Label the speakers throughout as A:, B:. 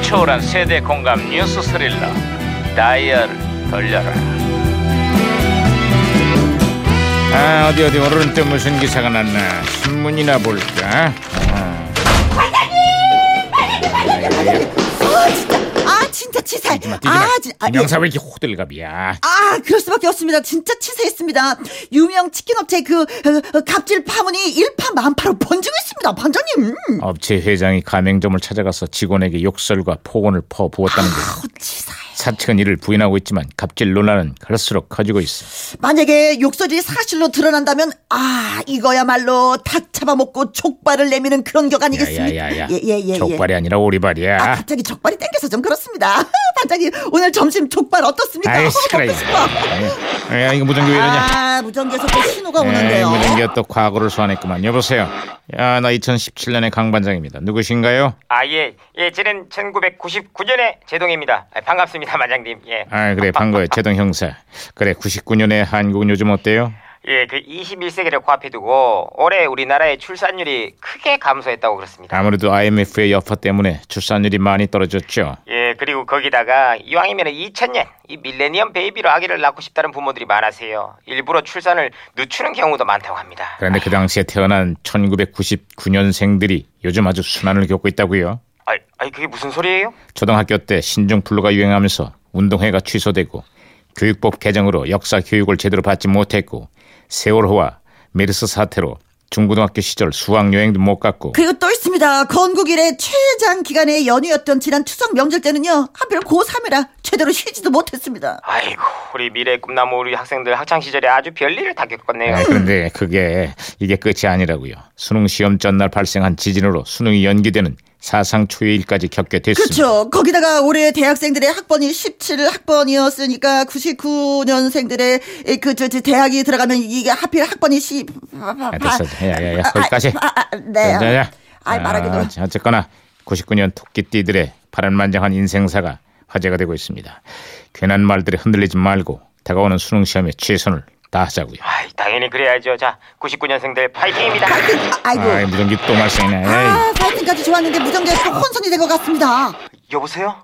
A: 초월한 세대 공감 뉴스 스릴러 다이얼 돌려라 아 어디 어디 오늘은 또 무슨 기사가 났나 신문이나 볼까 아,
B: 아 진짜 아 진짜 치사해
A: 뛰지마 뛰지마
B: 아, 진, 아,
A: 김영사 왜 이렇게 호들갑이야
B: 아 그럴 수밖에 없습니다 진짜 치사했습니다 유명 치킨업체 그 어, 어, 갑질 파문이 일파만파로 번지고 있습니다 반장님 음.
A: 업체 회장이 가맹점을 찾아가서 직원에게 욕설과 폭언을 퍼부었다는 것
B: 아우 치사해
A: 사측은 이를 부인하고 있지만 갑질 논란은 갈수록 커지고 있어
B: 만약에 욕설이 사실로 드러난다면 아 이거야말로 다 잡아먹고 족발을 내미는 그런 격 아니겠습니까
A: 야야야야
B: 예, 예, 예, 예.
A: 족발이 아니라 오리발이야
B: 아, 갑자기 족발이 땡겨서 좀 그렇습니다 반장님 오늘 점심 족발 어떻습니까
A: 아이
B: 어,
A: 시끄러
B: 먹고
A: 이거.
B: 싶어.
A: 아이, 야 이거 무전기 왜 이러냐?
B: 아 무전기에서 또 신호가
A: 에이,
B: 오는데요
A: 무전기가 또 과거를 소환했구만. 여보세요. 야 나 2017년의 강 반장입니다. 누구신가요?
C: 아, 예. 예, 저는 1999년에 제동입니다. 아, 반갑습니다, 반장님. 예.
A: 아 그래 반가워요 제동 형사. 그래 99년의 한국은 요즘 어때요?
C: 예, 그 21세기를 코앞에 두고 올해 우리나라의 출산율이 크게 감소했다고 그렇습니다.
A: 아무래도 IMF의 여파 때문에 출산율이 많이 떨어졌죠.
C: 예, 그리고 거기다가 이왕이면 2000년 이 밀레니엄 베이비로 아기를 낳고 싶다는 부모들이 많으세요. 일부러 출산을 늦추는 경우도 많다고 합니다.
A: 그런데 그 당시에 태어난 1999년생들이 요즘 아주 순환을 겪고 있다고요.
C: 아, 아니 그게 무슨 소리예요?
A: 초등학교 때 신종 플루가 유행하면서 운동회가 취소되고 교육법 개정으로 역사 교육을 제대로 받지 못했고 세월호와 메르스 사태로 중고등학교 시절 수학 여행도 못 갔고
B: 그리고 또 있습니다. 건국 이래 최장 기간의 연휴였던 지난 추석 명절 때는요. 하필 고3이라 제대로 쉬지도 못했습니다.
C: 아이고, 우리 미래의 꿈나무 우리 학생들 학창 시절에 아주 별일을 다 겪었네요.
A: 아, 그런데 그게 이게 끝이 아니라고요. 수능 시험 전날 발생한 지진으로 수능이 연기되는 사상 초의 일까지 겪게 됐습니다.
B: 그렇죠. 거기다가 올해 대학생들의 학번이 17학번이었으니까 99년생들의 그 저, 저 대학이 들어가면 이게 하필 학번이 10.
A: 아, 됐어. 야야야 거기까지.
B: 아, 아, 아, 네.
A: 자, 자, 자.
B: 아이, 말하기도.
A: 아, 자, 어쨌거나 99년 토끼띠들의 파란만장한 인생사가 화제가 되고 있습니다. 괜한 말들에 흔들리지 말고 다가오는 수능 시험에 최선을 다하자고요.
C: 아이, 당연히 그래야죠. 자, 99년생들 파이팅입니다.
B: 아이고.
A: 아, 무전기 또 말썽이네. 에이.
B: 아, 파이팅까지 좋았는데 무전기에서 또 혼선이 된 것 같습니다.
C: 여보세요?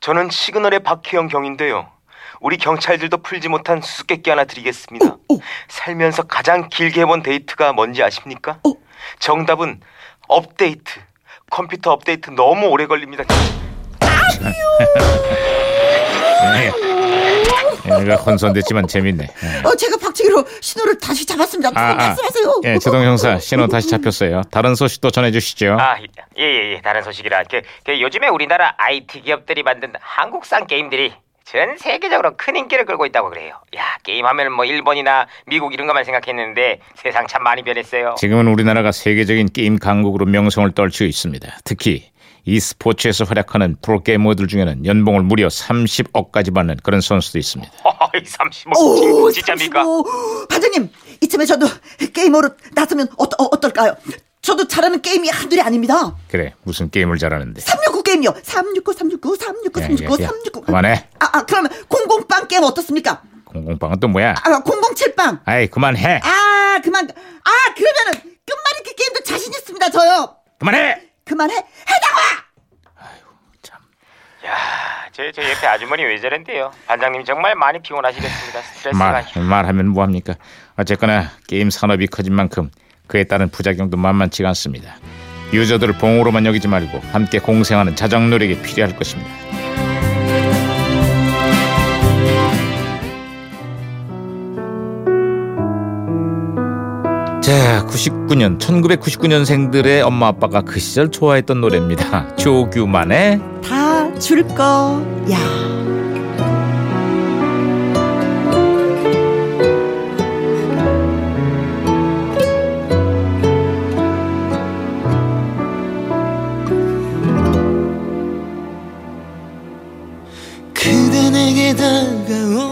C: 저는 시그널의 박혜영 경인데요. 우리 경찰들도 풀지 못한 수수께끼 하나 드리겠습니다. 살면서 가장 길게 해본 데이트가 뭔지 아십니까? 정답은 업데이트. 컴퓨터 업데이트 너무 오래 걸립니다.
B: 아.
A: 예, 내가 혼선됐지만 재밌네. 예.
B: 어, 제가 박치기로 신호를 다시 잡았습니다. 무슨 말씀하세요?
A: 예, 제동 형사 신호 다시 잡혔어요. 다른 소식도
B: 어?
A: 전해주시죠.
C: 아, 예, 예, 예. 다른 소식이라. 그, 그 요즘에 우리나라 IT 기업들이 만든 한국산 게임들이 전 세계적으로 큰 인기를 끌고 있다고 그래요. 야, 게임하면 뭐 일본이나 미국 이런 것만 생각했는데 세상 참 많이 변했어요.
A: 지금은 우리나라가 세계적인 게임 강국으로 명성을 떨치고 있습니다. 특히 e스포츠에서 활약하는 프로게이머들 중에는 연봉을 무려 30억까지 받는 그런 선수도 있습니다.
C: 어이, 35.
B: 오,
C: 진짜입니까?
B: 35. 반장님, 이쯤에 저도 게이머로 나서면 어, 떨까요 저도 잘하는 게임이 한둘이 아닙니다.
A: 그래 무슨 게임을 잘하는데
B: 369 게임이요. 369, 369, 369,
A: 야,
B: 369,
A: 야, 야.
B: 369.
A: 예, 그만해.
B: 아, 아, 그러면 008빵 게임 어떻습니까?
A: 공공빵은 또 뭐야?
B: 아, 007빵.
A: 아이 그만해
B: 아, 그만. 아, 그러면은 끝말잇기 게임도 자신 있습니다, 저요.
A: 그만해
B: 그만해. 해당
C: 야, 제, 제 아, 옆에 아주머니 왜 저런데요? 반장님 정말 많이 피곤하시겠습니다. 스트레스가.
A: 말 말하면 뭐합니까? 어쨌거나 게임 산업이 커진 만큼 그에 따른 부작용도 만만치가 않습니다. 유저들을 봉으로만 여기지 말고 함께 공생하는 자정 노력이 필요할 것입니다. 자, 99년 1999년생들의 엄마 아빠가 그 시절 좋아했던 노래입니다. 조규만의
B: 다줄 거야.
D: 그대 내게 다가오